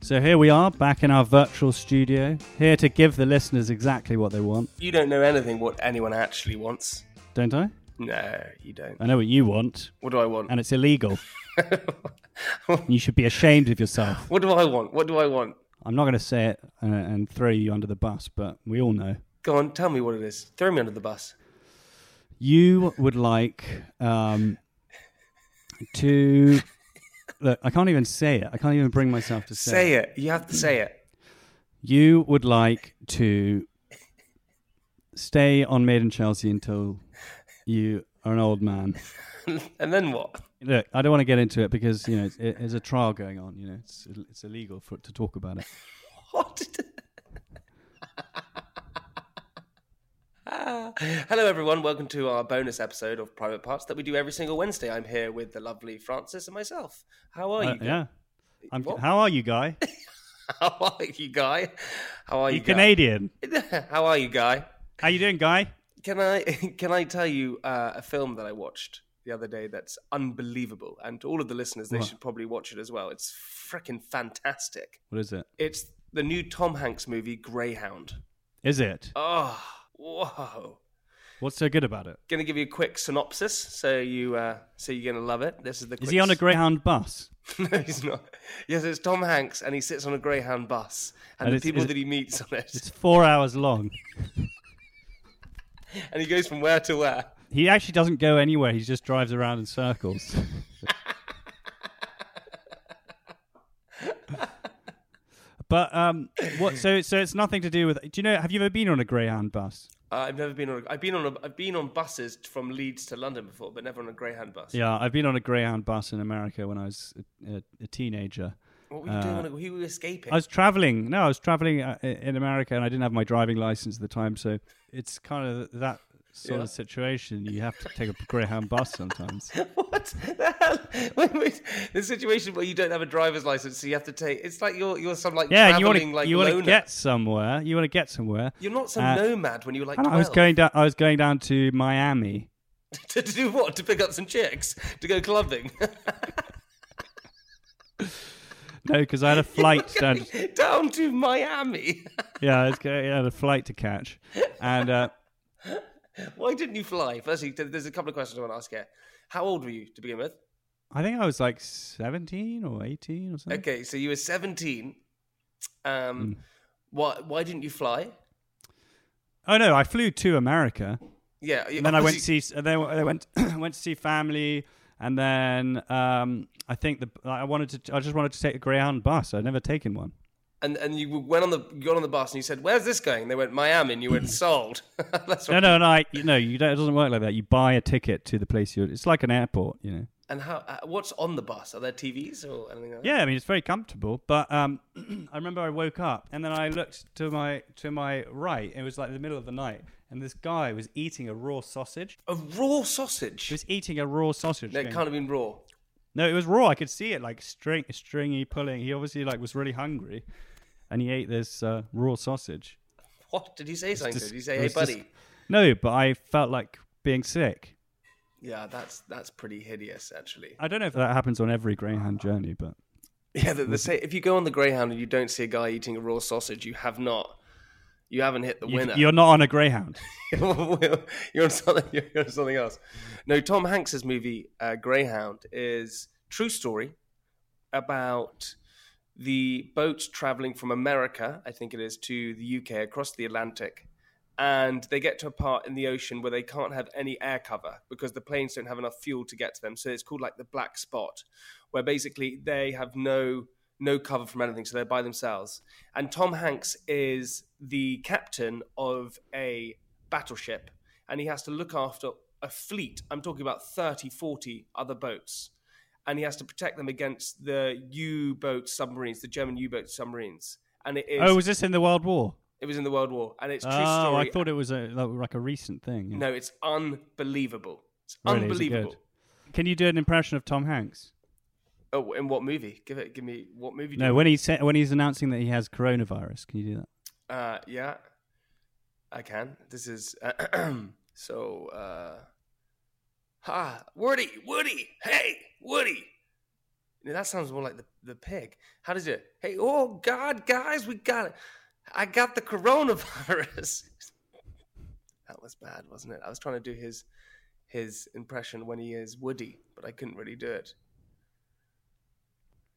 So here we are, back in our virtual studio, here to give the listeners exactly what they want, You don't know anything what anyone actually wants. don't I? No, you don't. I know what you want, What do I want? Uh, and it's illegal. you should be ashamed of yourself. What do I want? What do I want? I'm not going to say it uh, and throw you under the bus, but we all know. Go on, tell me what it is. Throw me under the bus. You would like um, to. Look, I can't even say it. I can't even bring myself to say, Say it. You have to say it. You would like to stay on Made in Chelsea until you are an old man. And then what? Look, I don't want to get into it because you know it's, it, there's a trial going on. You know, it's it's illegal for to talk about it. What? Ah. Hello, everyone. Welcome to our bonus episode of Private Parts that we do every single Wednesday. I'm here with the lovely Francis and myself. How are you? Uh, yeah. I'm, What? how are you, guy? How are you, guy? How are you, you Canadian? guy? How are you, guy? How you doing, guy? Can I can I tell you uh, a film that I watched the other day that's unbelievable, and to all of the listeners, they What? should probably watch it as well. It's freaking fantastic. What is it? It's the new Tom Hanks movie Greyhound. Is it? Oh, whoa! What's so good about it? Gonna give you a quick synopsis, so you uh, so you're gonna love it. This is the. Is quick he on a s- Greyhound bus? no, he's not. Yes, it's Tom Hanks, and he sits on a Greyhound bus, and, And the it's- people is it- that he meets on it, It's four hours long. and he goes from where to where. He actually doesn't go anywhere. He just drives around in circles. but um, what? So so it's nothing to do with. Do you know? Have you ever been on a Greyhound bus? Uh, I've never been on. A, I've been on. A, I've been on buses from Leeds to London before, but never on a Greyhound bus. Yeah, I've been on a Greyhound bus in America when I was a, a, a teenager. What were you doing? On a, who were you escaping? Uh, I was traveling. No, I was traveling uh, i- in America, and I didn't have my driving license at the time. So it's kind of that sort Yeah. of situation. You have to take a Greyhound bus sometimes. what the hell? Wait, wait. The situation where you don't have a driver's license, so you have to take. It's like you're you're some like Yeah, and you want traveling to like you want to loner. get somewhere. You want to get somewhere. You're not some Uh, nomad when you were like and 12. I was going down. I was going down to Miami. to, to do what? To pick up some chicks to go clubbing. No, because I had a flight down. Down to Miami. Yeah, I, was going, I had a flight to catch, and uh, Why didn't you fly? Firstly, th- there's a couple of questions I want to ask here. How old were you to begin with? I think I was like seventeen or eighteen or something. Okay, so you were 17. Mm. Um, why why didn't you fly? Oh no, I flew to America. Yeah, and then I went to see. and Then I went went to see family, and then um, I think the I wanted to. I just wanted to take a Greyhound bus. I'd never taken one. and and you went on the you got on the bus and you said, "Where's this going?" And they went Miami, and you went sold. That's Mm. No, what, no, no. I, you know, you don't, it doesn't work like that. You buy a ticket to the place you're. It's like an airport, you know. And how? Uh, what's on the bus? Are there TVs or anything? Like that? Yeah, I mean it's very comfortable, but um, I remember I woke up and then I looked to my to my right. It was like the middle of the night, and this guy was eating a raw sausage. A raw sausage. He was eating a raw sausage. No, it thing. can't have been raw. No, it was raw. I could see it like string stringy pulling. He obviously like was really hungry, and he ate this uh, raw sausage. What did he say? Something? Just- Did he say, it "Hey, was just- buddy"? no, but I felt like being sick. Yeah, that's that's pretty hideous, actually. I don't know if that happens on every Greyhound journey, but Yeah, the, the say, if you go on the Greyhound and you don't see a guy eating a raw sausage, you have not, you haven't hit the you, winner. you're not on a Greyhound. you're on something. You're on something else. No, Tom Hanks's movie uh, Greyhound is true story about the boats traveling from America, I think it is, to the UK across the Atlantic, and they get to a part in the ocean where they can't have any air cover because the planes don't have enough fuel to get to them. So it's called like the black spot, where basically they have no no cover from anything, so they're by themselves. And Tom Hanks is the captain of a battleship and he has to look after a fleet. I'm talking about 30, 40 other boats. And he has to protect them against the U boat submarines, the German U boat submarines. And it is. Oh, was this in the World War? it was in the World War. And it's a true Oh, story. I thought it was a, like a recent thing. yeah. No, it's unbelievable. It's Really, is it good? unbelievable. Can you do an impression of Tom Hanks? Oh, in what movie? Give it. Give me what movie? do No, you- when he sa when he's announcing that he has coronavirus, can you do that? Uh, yeah, I can. This is so. Uh, ha, Woody, Woody, hey, Woody. Now, that sounds more like the the pig. How does it? Hey, oh God, guys, we got it. I got the coronavirus. that was bad, wasn't it? I was trying to do his his impression when he is Woody, but I couldn't really do it.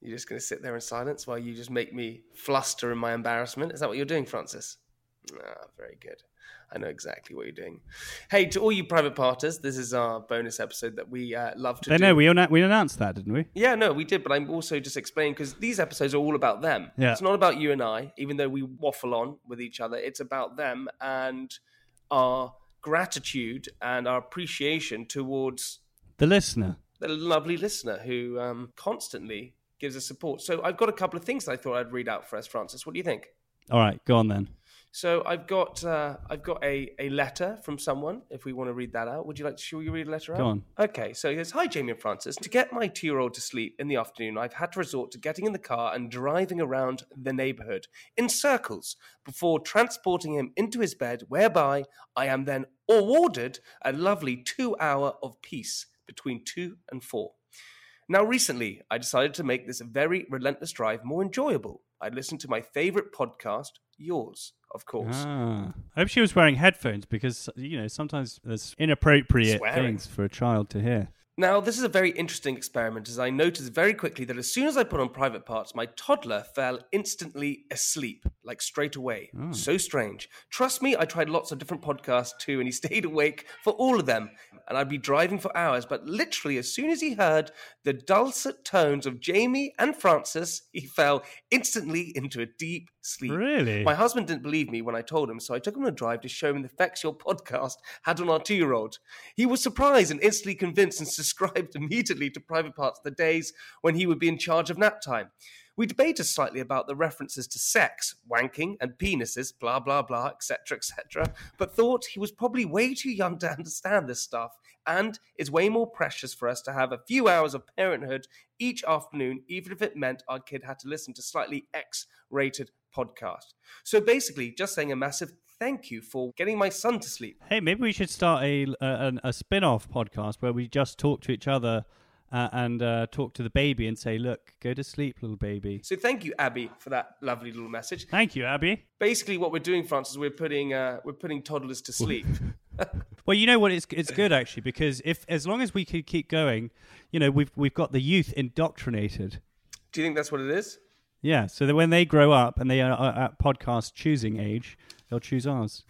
You're just going to sit there in silence while you just make me fluster in my embarrassment? Is that what you're doing, Francis? Ah, very good. I know exactly what you're doing. Hey, to all you private parters, this is our bonus episode that we uh, love to They do. know we annou- we announced that, didn't we? Yeah, no, we did, but I'm also just explaining because these episodes are all about them. Yeah. It's not about you and I, even though we waffle on with each other. It's about them and our gratitude and our appreciation towards The listener. the lovely listener who um, constantly gives us support. So I've got a couple of things that I thought I'd read out for us, Francis. What do you think? All right, go on then. So I've got uh, I've got a, a letter from someone. If we want to read that out, would you like? Shall we read a letter out? Go on. Okay. So he says, "Hi, Jamie and Francis. To get my two-year-old to sleep in the afternoon, I've had to resort to getting in the car and driving around the neighbourhood in circles before transporting him into his bed, whereby I am then awarded a lovely two-hour of peace between two and four. Now, recently, I decided to make this very relentless drive more enjoyable. I listened to my favourite podcast, yours, of course." Ah. I hope she was wearing headphones because you know sometimes there's inappropriate Swearing. things for a child to hear. Now, this is a very interesting experiment as I noticed very quickly that as soon as I put on private parts, my toddler fell instantly asleep, like straight away. So strange. Trust me, I tried lots of different podcasts too, and he stayed awake for all of them. And I'd be driving for hours, but literally, as soon as he heard the dulcet tones of Jamie and Francis, he fell instantly into a deep sleep. Really? My husband didn't believe me when I told him, so I took him on a drive to show him the effects your podcast had on our two year old. He was surprised and instantly convinced and subscribed immediately to private parts of the days when he would be in charge of nap time. We debated slightly about the references to sex, wanking, and penises, blah, blah, blah, etc., etc., but thought he was probably way too young to understand this stuff and it's way more precious for us to have a few hours of parenthood each afternoon, even if it meant our kid had to listen to slightly X rated podcast. So basically, just saying a massive thank you for getting my son to sleep. Hey, maybe we should start a a, an- a spin-off podcast where we just talk to each other uh, and uh, talk to the baby and say, "Look, go to sleep, little baby." So thank you, Abby, for that lovely little message. Thank you, Abby. Basically, what we're doing, Francis, we're putting uh, we're putting toddlers to sleep. Well, you know what? It's it's good actually because if as long as we could keep going, you know, we've we've got the youth indoctrinated. Do you think that's what it is? Yeah, so that when they grow up and they are are at podcast choosing age, they'll choose ours.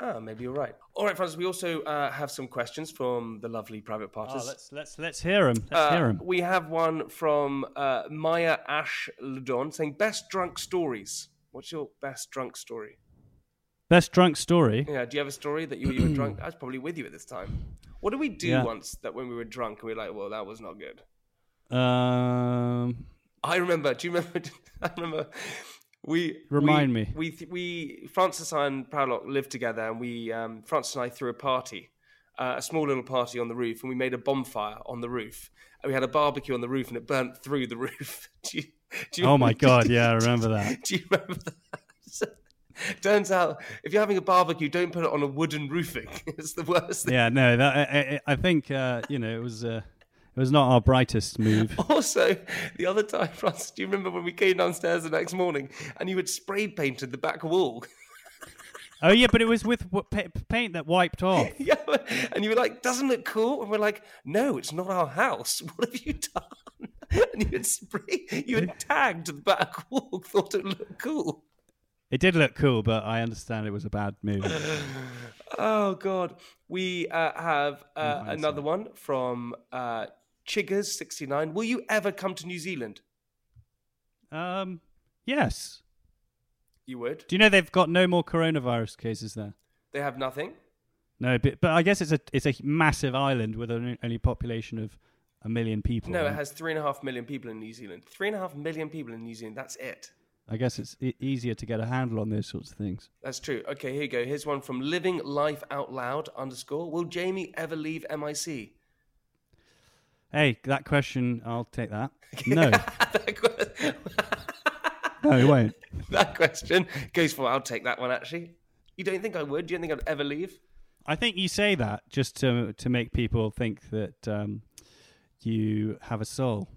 Ah, maybe you're right. All right, Francis. We also uh, have some questions from the lovely private parties. Ah, let's let's let's hear them. Let's hear them. Uh, We have one from uh, Maya Ash Ludon saying, "Best drunk stories." What's your best drunk story? Best drunk story. Yeah, do you have a story that you, you were drunk? I was probably with you at this time. What did we do Yeah. once that when we were drunk and we were like, well, that was not good? Um, I remember. Do you remember? I remember. We Remind we- me. We th- we Francis and Proudlock lived together, and we um, Francis and I threw a party, uh, a small little party on the roof, and we made a bonfire on the roof. And we had a barbecue on the roof, and it burnt through the roof. do you, do you oh my remember- god, yeah, I remember that. Do you remember that? Turns out, if you're having a barbecue, don't put it on a wooden roofing. It's the worst thing. Yeah, no, that I, I, I think uh, you know it was uh, it was not our brightest move. Also, the other time, Francis, do you remember when we came downstairs the next morning and you had spray painted the back wall? Oh yeah, but it was with wa- pa- paint that wiped off. yeah, and you were like, "Doesn't look cool," and we're like, "No, it's not our house. What have you done?" and you had spray, you had tagged the back wall, thought it looked cool. It did look cool, but I understand it was a bad move. Oh God, we uh, have uh, another one from uh, Chiggers sixty nine. Will you ever come to New Zealand? Um, yes. You would. Do you know they've got no more coronavirus cases there? They have nothing. No, but, but I guess it's a it's a massive island with an only population of a million people. No, it right? has three and a half million people in New Zealand. Three and a half million people in New Zealand. That's it. I guess it's e- easier to get a handle on those sorts of things. That's true. Okay, here you go. Here's one from Living Life Out Loud underscore. Will Jamie ever leave MIC? Hey, that question, I'll take that. No, that, que- no, it won't. that question goes for I'll take that one actually. You don't think I would? Do you think I'd ever leave? I think you say that just to to make people think that um, you have a soul.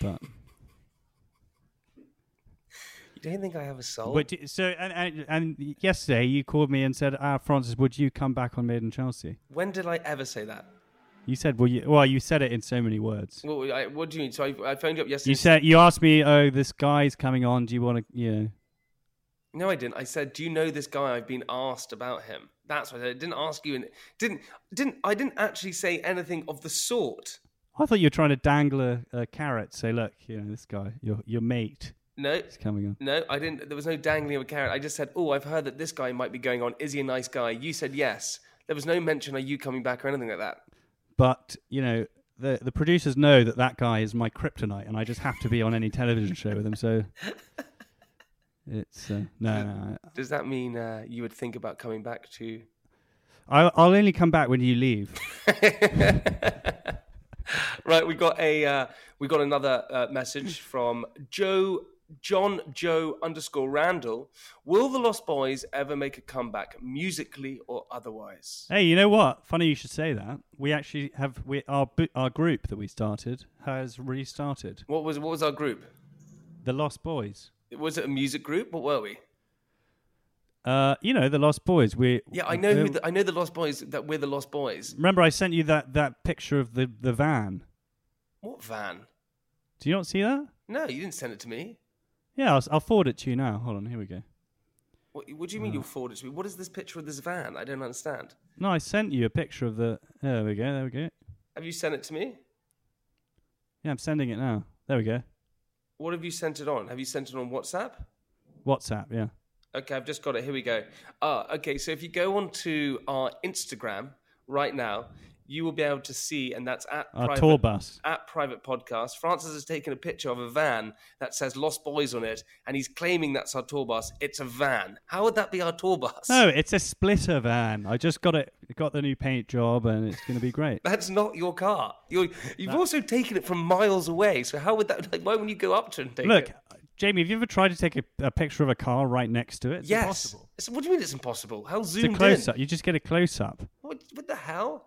But, You don't think I have a soul? but do- so and, and and yesterday you called me and said, "Ah, Francis, would you come back on Made in Chelsea?" when did I ever say that? You said, "Well, you, well, you said it in so many words." What, I, what do you mean? So I, I phoned you up yesterday. You said you asked me, "Oh, this guy's coming on. Do you want to?" You know, no, I didn't. I said, do you know this guy? I've been asked about him. That's what I, said. I didn't ask you, and didn't didn't I didn't actually say anything of the sort. I thought you were trying to dangle a, a carrot. Say, look, you know, this guy, your your mate, No, is coming on. no, I didn't. There was no dangling of a carrot. I just said, oh, I've heard that this guy might be going on. Is he a nice guy? You said yes. There was no mention of you coming back or anything like that. But you know, the the producers know that that guy is my kryptonite, and I just have to be on any television show with him. So it's uh, no, no, Does that mean uh, you would think about coming back to? I, I'll only come back when you leave. Right, we got a uh, we got another uh, message from Joe John Joe underscore Randall. Will the Lost Boys ever make a comeback, musically or otherwise? Hey, you know what? Funny you should say that. We actually have we our bo- our group that we started has restarted. What was what was our group? The Lost Boys. Was it a music group? What were we? Uh, you know, the Lost Boys. We Yeah, I know who uh, the, I know the Lost Boys. That we're the Lost Boys. Remember, I sent you that that picture of the the van. What van? Do you not see that? No, you didn't send it to me. Yeah, I'll, s- I'll forward it to you now. Hold on, here we go. What, what do you mean you'll forward it to me? What is this picture of this van? I don't understand. No, I sent you a picture of the. There we go. There we go. Have you sent it to me? Yeah, I'm sending it now. There we go. What have you sent it on? Have you sent it on WhatsApp? WhatsApp. Yeah. Okay, I've just got it. Here we go. Ah, okay, so if you go on to our Instagram right now, you will be able to see, and that's at Our tour bus. At private podcast, Francis has taken a picture of a van that says Lost Boys on it, and he's claiming that's our tour bus. It's a van. How would that be our tour bus? No, it's a splitter van. I just got it. Got the new paint job, and it's going to be great. That's not your car. You're, you've also taken it from miles away. So how would that? Like, why wouldn't you go up to it and take Look, it? Jamie, have you ever tried to take a, a picture of a car right next to it? It's yes. impossible. It's- what do you mean it's impossible? How It's a zoomed close in? up. You just get a close up. What, what the hell?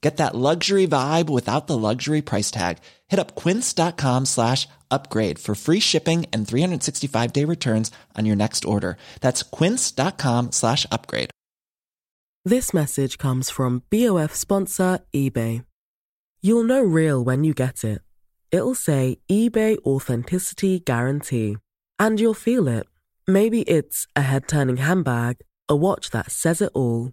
Get that luxury vibe without the luxury price tag. Hit up quince.com slash upgrade for free shipping and 365 day returns on your next order. That's quince.com slash upgrade. This message comes from BOF sponsor eBay. You'll know real when you get it. it'll say eBay Authenticity Guarantee. And you'll feel it. Maybe it's a head turning handbag, a watch that says it all,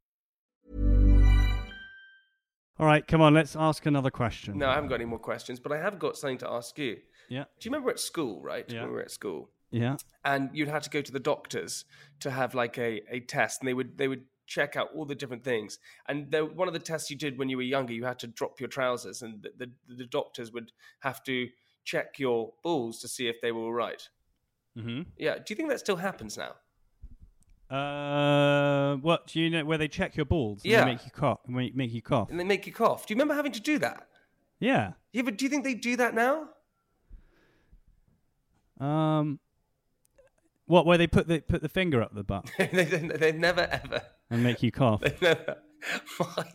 All right, come on, let's ask another question. No, I haven't got any more questions, but I have got something to ask you. Yeah. Do you remember at school, right? Yeah. When we were at school, Yeah. and you'd have to go to the doctors to have like a, a test, and they would they would check out all the different things. And the, one of the tests you did when you were younger, you had to drop your trousers, and the, the, the doctors would have to check your balls to see if they were all right. hmm Yeah. Do you think that still happens now? Uh, what do you know? Where they check your balls? and Yeah. They make you cough. Make make you cough. And they make you cough. Do you remember having to do that? Yeah. Yeah, but do you think they do that now? Um. What? Where they put the put the finger up the butt they, they, they've never ever. and make you cough? They never. My,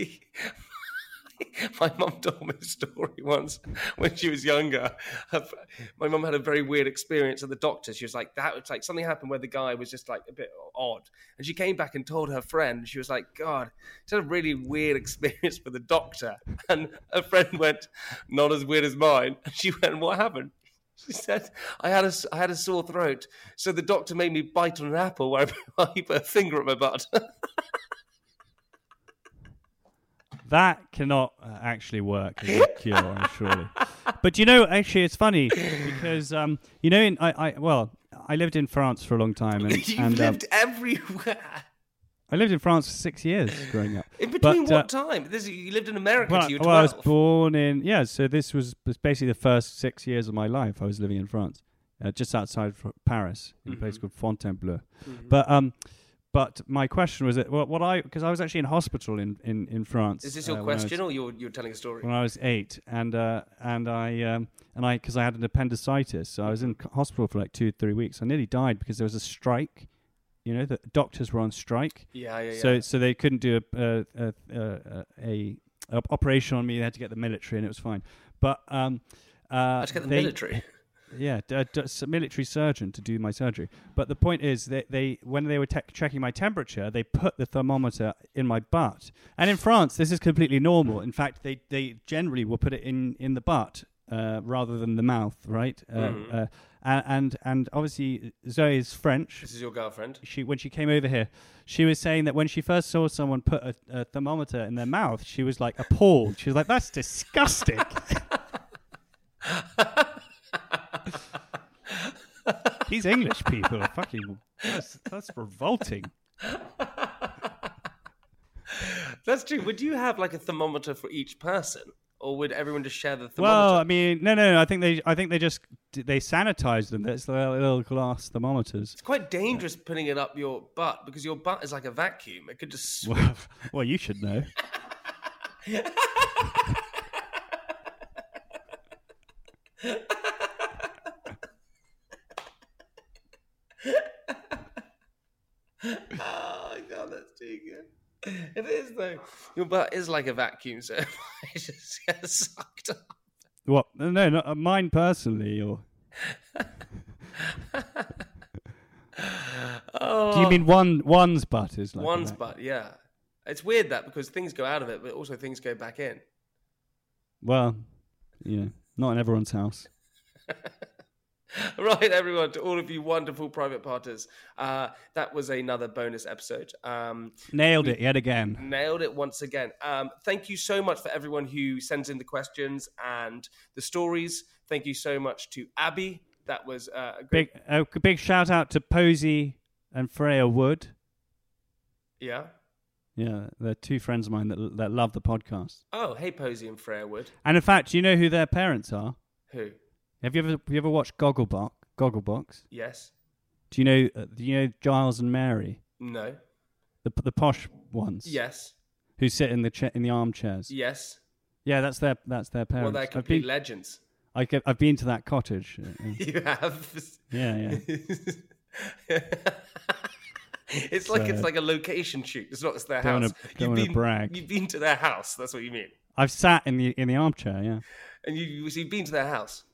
my mum told me a story once when she was younger. Her- My mum had a very weird experience at the doctor. She was like, that was like something happened where the guy was just like a bit odd. And she came back and told her friend, she was like, God, it's a really weird experience for the doctor. And her friend went, not as weird as mine. And she went, what happened? She said, I had, a, s- I had a sore throat, so the doctor made me bite on an apple where I put a finger up my butt. That cannot uh, actually work as a cure, surely. But you know, actually, it's funny because um, you know, in I, I well, I lived in France for a long time, and, You've and um, lived everywhere. I lived in France for six years growing up. In between But, what uh, time? This, you lived in America Well, till you were well, I was 12. born in yeah. So this was was basically the first six years of my life. I was living in France, uh, just outside fr- Paris, in a Mm-hmm. place called Fontainebleau. But um, but my question was that well, what I because I was actually in hospital in in in France. Is this uh, your when I was- question or you're, you're telling a story? when I was eight, and uh, and I um, and I because I had an appendicitis, so I was in Mm-hmm. c- hospital for like two three weeks. I nearly died because there was a strike. You know, the doctors were on strike. Yeah, yeah, So yeah. so they couldn't do a a, a, a, a, a operation on me. They had to get the military, and it was fine. But um, uh, I had to get the they- military. yeah, d- uh, d- s- a military surgeon to do my surgery. But the point is that they, when they were te- checking my temperature, they put the thermometer in my butt. And in France, this is completely normal. In fact, they, they generally will put it in, in the butt uh, rather than the mouth, right? Uh, Mm-hmm. uh, a- and and obviously Zoe is French. This is your girlfriend. She when she came over here, she was saying that when she first saw someone put a, a thermometer in their mouth, she was like appalled. She was like, "That's disgusting." These English people are fucking. That's, that's revolting. That's true. Would you have like a thermometer for each person? Or would everyone just share the Well, I thermometer? mean, no, no, no. I think they, I think they just they sanitize them. It's their little glass thermometers. it's quite dangerous putting it up your butt because your butt is like a vacuum. It could just. sw- Well, well, you should know. Oh, my God, that's too good. It is, though. Your butt is like a vacuum, so it just gets sucked up. What? No, no, not uh, mine personally. Or Oh. do you mean one one's butt is like a one's vac- butt, yeah. It's weird that because things go out of it, but also things go back in. Well, you know, not in everyone's house. right, everyone, to all of you wonderful private parters, uh, that was another bonus episode. Um, Nailed it yet again. nailed it once again. Um, thank you so much for everyone who sends in the questions and the stories. Thank you so much to Abby. That was uh, a great. Big, a big shout out to Posey and Freya Wood. Yeah. Yeah, they're two friends of mine that that love the podcast. Oh, hey, Posey and Frerewood. And in fact, you know who their parents are? Who? Have you ever have you ever watched Gogglebox? Gogglebox? Yes. Do you know uh, do you know Giles and Mary, No. the the posh ones? Yes. Who sit in the cha- in the armchairs? Yes. Yeah, that's their that's their parents. Well, they're I've complete been- legends. I get, I've been to that cottage. Uh, You have. Yeah, yeah. it's like it's So- like a location shoot. It's not just their Don't house. wanna- don't wanna been, brag. You've been to their house. That's what you mean. I've sat in the in the armchair. Yeah, And you, you so you've been to their house.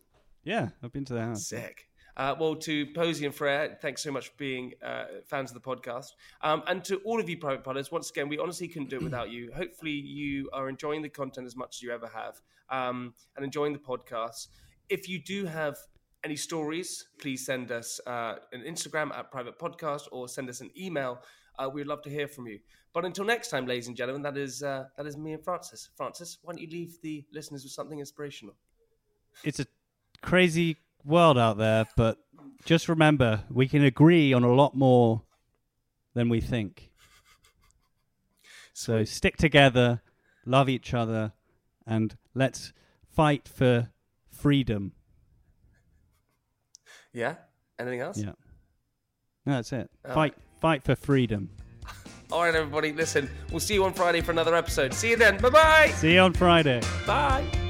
yeah. I've been to the house. Sick. Uh, well, to Posey and Freya, thanks so much for being uh, fans of the podcast. Um, and to all of you private pilots, once again, we honestly couldn't do it without you. Hopefully, you are enjoying the content as much as you ever have um, and enjoying the podcast. If you do have any stories, please send us uh, an Instagram at private podcast or send us an email. Uh, we'd love to hear from you. But until next time, ladies and gentlemen, that is uh, that is me and Francis. Francis, why don't you leave the listeners with something inspirational? It's a crazy world out there, but just remember, we can agree on a lot more than we think. So stick together, love each other, and let's fight for freedom. Yeah. Anything else? Yeah. No, that's it. Fight, fight for freedom. All right, everybody, listen, we'll see you on Friday for another episode. See you then. Bye-bye. See you on Friday. Bye.